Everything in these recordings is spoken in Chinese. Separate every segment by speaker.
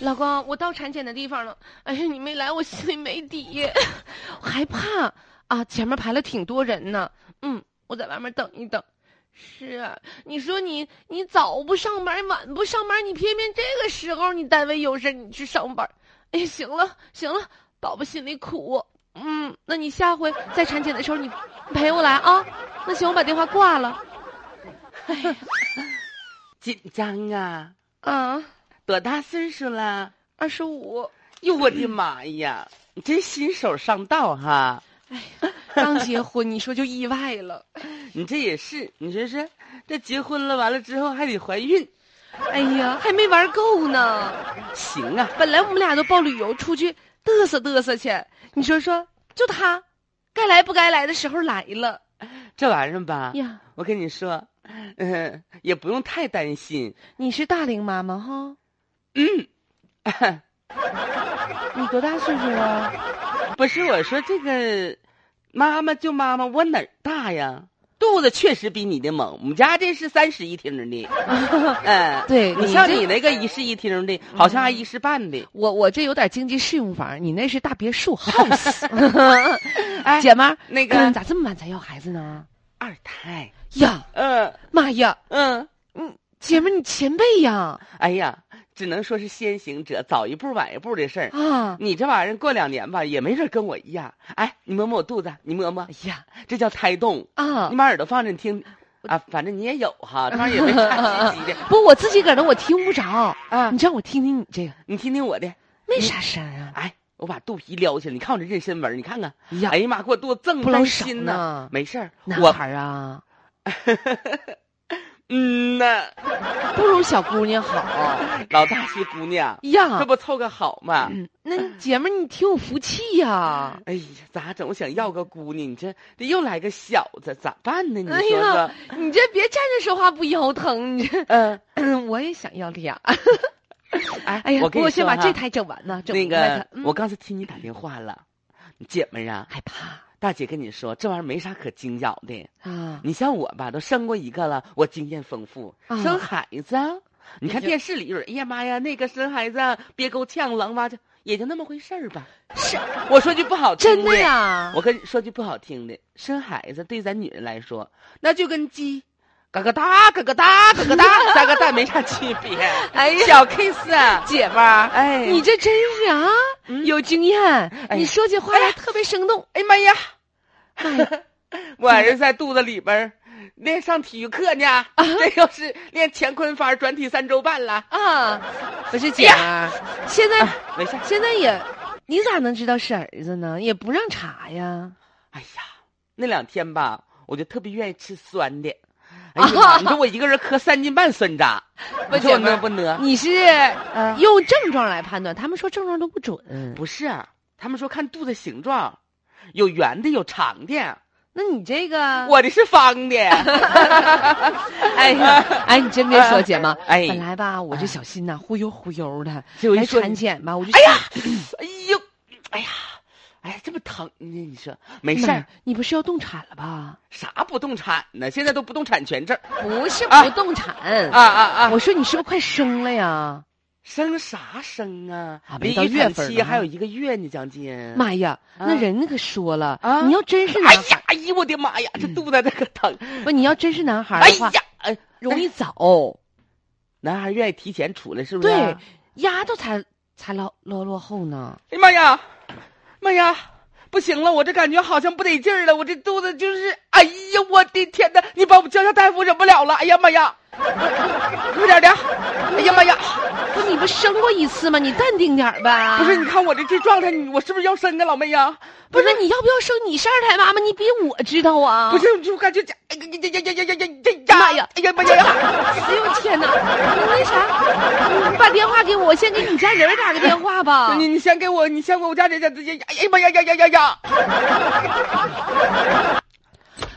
Speaker 1: 老公，我到产检的地方了。哎呀，你没来，我心里没底，我害怕啊！前面排了挺多人呢。嗯，我在外面等一等。是啊，你说你你早不上班，晚不上班，你偏偏这个时候你单位有事你去上班。哎，行了行了，宝宝心里苦。嗯，那你下回再产检的时候你陪我来啊。那行，我把电话挂了。哎呀，
Speaker 2: 紧张啊！
Speaker 1: 啊，
Speaker 2: 多大岁数了？
Speaker 1: 二十五，
Speaker 2: 哟，我的妈呀！ 你这新手上道哈，
Speaker 1: 哎刚结婚，你说就意外了。
Speaker 2: 你这也是，你说是，这结婚了，完了之后还得怀孕，
Speaker 1: 哎呀，还没玩够呢。
Speaker 2: 行啊！
Speaker 1: 本来我们俩都报旅游出去嘚瑟嘚瑟去，你说说，就他，该来不该来的时候来了
Speaker 2: 这玩意儿吧，
Speaker 1: 呀。
Speaker 2: 我跟你说，嗯、也不用太担心。
Speaker 1: 你是大龄妈妈哈？嗯 你多大岁数啊？
Speaker 2: 不是我说这个，妈妈就妈妈，我哪儿大呀？肚子确实比你的猛，我们家这是三室一厅 的，嗯，
Speaker 1: 对
Speaker 2: 你
Speaker 1: 你
Speaker 2: 像
Speaker 1: 这
Speaker 2: 你那个一室一厅的，好像还一室半的，
Speaker 1: 我我这有点经济适用房，你那是大别 墅 house。
Speaker 2: 哎，
Speaker 1: 姐们儿，
Speaker 2: 那
Speaker 1: 嗯
Speaker 2: 个
Speaker 1: 咋这么晚才要孩子呢？
Speaker 2: 二胎，
Speaker 1: 呀
Speaker 2: 嗯
Speaker 1: 妈呀，
Speaker 2: 嗯，
Speaker 1: 姐们儿你前辈呀
Speaker 2: 哎呀，只能说是先行者，早一步晚一步的事儿。
Speaker 1: 啊！
Speaker 2: 你这玩意儿过两年吧，也没准跟我一样。哎，你摸摸我肚子，你摸摸
Speaker 1: 哎，呀
Speaker 2: 这叫胎动。
Speaker 1: 啊
Speaker 2: 你！把耳朵放着，你听啊，反正你也有 哈，这玩意儿也没啥稀奇的
Speaker 1: 不，我自己搁那我听不着，
Speaker 2: 啊
Speaker 1: 你。让我听听你这个，
Speaker 2: 你听听我的，
Speaker 1: 没啥声儿啊。
Speaker 2: 哎，我把肚皮撩起来，你看我这妊娠纹，你看看，
Speaker 1: 哎呀
Speaker 2: 哎，呀妈，给我肚子挣
Speaker 1: 不老
Speaker 2: 担
Speaker 1: 少
Speaker 2: 心
Speaker 1: 呢
Speaker 2: 没事儿，
Speaker 1: 男
Speaker 2: 我
Speaker 1: 孩儿啊，
Speaker 2: 嗯呐，哦
Speaker 1: 不如小姑娘好
Speaker 2: 老大是姑娘，这
Speaker 1: 呀。
Speaker 2: 不凑个好嘛？
Speaker 1: 嗯那姐们儿你挺有福气呀。
Speaker 2: 哎呀，咋整？我想要个姑娘，你这这又来个小子，咋办嗯呢？你
Speaker 1: 哎
Speaker 2: 说
Speaker 1: 呀
Speaker 2: 说，，
Speaker 1: 你这别站着说话不腰疼，你这
Speaker 2: 嗯，
Speaker 1: 我也想要俩。
Speaker 2: 哎，
Speaker 1: 哎呀，
Speaker 2: 我
Speaker 1: 不
Speaker 2: 跟
Speaker 1: 过
Speaker 2: 你
Speaker 1: 先
Speaker 2: 说
Speaker 1: 把这
Speaker 2: 哈
Speaker 1: 台整完呢，整
Speaker 2: 那
Speaker 1: 明白
Speaker 2: 个
Speaker 1: 它，嗯
Speaker 2: 我刚才听你打电话了，姐们儿啊，
Speaker 1: 害怕
Speaker 2: 大姐跟你说，这玩意儿没啥可惊扰的。
Speaker 1: 啊，
Speaker 2: 你像我吧，都生过一个了，我经验丰富。
Speaker 1: 啊
Speaker 2: 生孩子啊，你看
Speaker 1: 也就
Speaker 2: 电视里有人，哎呀妈呀，那个生孩子啊憋够呛，狼哇就也就那么回事儿吧。
Speaker 1: 是
Speaker 2: 我说句不好听
Speaker 1: 真的呀
Speaker 2: 我跟你说句不好听的，生孩子对咱女人来说，那就跟鸡。嘎嘎哒，嘎嘎哒，嘎嘎哒，嘎嘎哒，没啥区别。
Speaker 1: 哎 呀
Speaker 2: 小 case，啊
Speaker 1: 姐们儿，
Speaker 2: 哎，
Speaker 1: 你这真是啊，
Speaker 2: 嗯
Speaker 1: 有经验，
Speaker 2: 哎
Speaker 1: 你说起话来特别生动。
Speaker 2: 哎呀妈呀，
Speaker 1: 哎呀，
Speaker 2: 我儿子在肚子里边儿练上体育课
Speaker 1: 啊
Speaker 2: 呢，这又是练乾坤法转体三周半了。
Speaker 1: 啊，不是姐啊们儿，现在
Speaker 2: 没事儿，
Speaker 1: 现在也，你咋能知道是儿子呢？也不让查呀。
Speaker 2: 哎呀，那两天吧，我就特别愿意吃酸的。哎呀妈，你说我一个人磕三斤半酸渣，
Speaker 1: 不
Speaker 2: 你说我
Speaker 1: 姐们儿
Speaker 2: 呢不呢？
Speaker 1: 你是
Speaker 2: 啊
Speaker 1: 用症状来判断，他们说症状都不准。
Speaker 2: 不是，他们说看肚子形状，有圆的，有长的，
Speaker 1: 那你这个，
Speaker 2: 我的是方
Speaker 1: 嗯
Speaker 2: 的。
Speaker 1: 哎呀，哎，你真别说，
Speaker 2: 啊
Speaker 1: 姐们儿，
Speaker 2: 哎
Speaker 1: 本来吧，我这小心呐，忽悠忽悠的，
Speaker 2: 就一
Speaker 1: 来
Speaker 2: 说
Speaker 1: 产
Speaker 2: 你
Speaker 1: 检吧，我就
Speaker 2: 哎呀
Speaker 1: 想，
Speaker 2: 哎呦，哎呀，哎呀，这么疼呢？你说没事
Speaker 1: 妈
Speaker 2: 儿，
Speaker 1: 哎你不是要动产了吧？
Speaker 2: 啥不动产呢？现在都不动产权证儿
Speaker 1: 不是
Speaker 2: 啊
Speaker 1: 不动产，
Speaker 2: 啊啊啊！
Speaker 1: 我说你是不是快生了呀？
Speaker 2: 生啥生啊
Speaker 1: 啊？没
Speaker 2: 离
Speaker 1: 到
Speaker 2: 预
Speaker 1: 月
Speaker 2: 产
Speaker 1: 份儿
Speaker 2: 期
Speaker 1: 呢嗯
Speaker 2: 还有一个月呢，将近。
Speaker 1: 妈呀，那
Speaker 2: 啊
Speaker 1: 人可说了，
Speaker 2: 啊
Speaker 1: 你要真是
Speaker 2: 哎
Speaker 1: 男孩
Speaker 2: 呀，哎呦我的妈呀，这肚子这个疼！
Speaker 1: 不，你要真是嗯男孩儿
Speaker 2: 哎
Speaker 1: 的话，
Speaker 2: 呀，哎，
Speaker 1: 容易早，
Speaker 2: 男孩愿意提前出来是不是？啊
Speaker 1: 对，丫头才才落落落后呢。
Speaker 2: 哎呀妈呀，妈呀，不行了，我这感觉好像不得劲儿了，我这肚子就是，哎呀，我的天呐，你把我们叫叫大夫，忍不了了！哎呀妈呀，快点儿的！哎呀妈呀，
Speaker 1: 不，你不生过一次吗？你淡定点儿呗。
Speaker 2: 不是，你看我这这状态，你我是不是要生啊，老妹呀？
Speaker 1: 不是，你要不要生？你是二胎妈妈，你比我知道啊。
Speaker 2: 不，是，我就感觉这，哎呀呀呀呀呀呀呀呀呀！
Speaker 1: 妈呀
Speaker 2: 哎呀妈呀呀！
Speaker 1: 哎呦天哪！那啥，你把电话给我，我先给你家人儿打个电话吧。
Speaker 2: 你你先给我，哎你先给我家这这这，哎呀妈呀呀呀呀呀！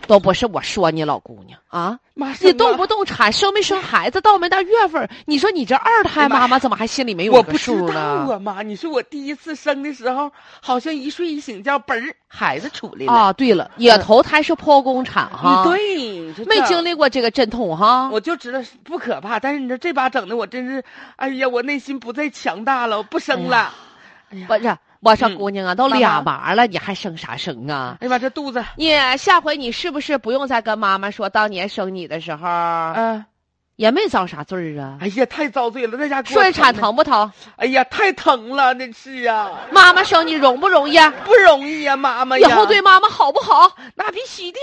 Speaker 1: 都不是我说你老姑娘啊，
Speaker 2: 妈，
Speaker 1: 你动不动产生没生孩子，到没到月份儿，你说你这二胎
Speaker 2: 哎
Speaker 1: 妈妈怎么还心里没有
Speaker 2: 我
Speaker 1: 个
Speaker 2: 不知
Speaker 1: 数
Speaker 2: 道
Speaker 1: 呢？
Speaker 2: 啊，妈，你说我第一次生的时候，好像一睡一醒觉，嘣儿孩子出来了。
Speaker 1: 啊，对了，也
Speaker 2: 嗯
Speaker 1: 头胎是剖宫产哈，
Speaker 2: 你，对，你说
Speaker 1: 没
Speaker 2: 这
Speaker 1: 经历过这个阵痛哈。
Speaker 2: 我就知道是不可怕，但是你说这把整的我真是，哎呀，我内心不再强大了，我不
Speaker 1: 哎
Speaker 2: 生了。
Speaker 1: 不是，我说
Speaker 2: 嗯
Speaker 1: 姑娘啊，都
Speaker 2: 妈妈
Speaker 1: 俩娃了，你还生啥生啊？
Speaker 2: 哎呀妈，这肚子，
Speaker 1: 你下回你是不是不用再跟妈妈说当年生你的时候、
Speaker 2: 嗯、
Speaker 1: 也没遭啥罪儿啊？
Speaker 2: 哎呀，太遭罪了，在家给我
Speaker 1: 顺产
Speaker 2: 疼的，
Speaker 1: 疼不疼？
Speaker 2: 哎呀，太疼了，真是啊，
Speaker 1: 妈妈生你容不容易啊？
Speaker 2: 不容易呀、妈妈
Speaker 1: 以
Speaker 2: 哎呀。
Speaker 1: 后对妈妈好不好？
Speaker 2: 那必须的。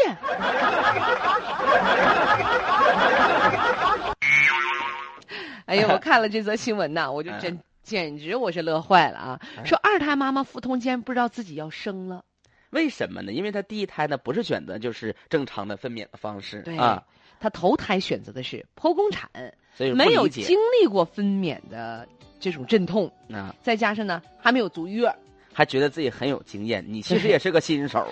Speaker 1: 哎呀，我看了这则新闻呐，我就
Speaker 2: 哎
Speaker 1: 真简直我是乐坏了啊！说二胎妈妈腹痛竟不知道自己要生了，
Speaker 2: 为什么呢？因为他第一胎呢不是选择就是正常的分娩的方式
Speaker 1: 对
Speaker 2: 啊，
Speaker 1: 她头胎选择的是剖宫产，
Speaker 2: 所以
Speaker 1: 没
Speaker 2: 哎不
Speaker 1: 有
Speaker 2: 理解
Speaker 1: 经历过分娩的这种阵痛，
Speaker 2: 啊，
Speaker 1: 再加上呢还没有足月，
Speaker 2: 还觉得自己很有经验，你其实也是个新手。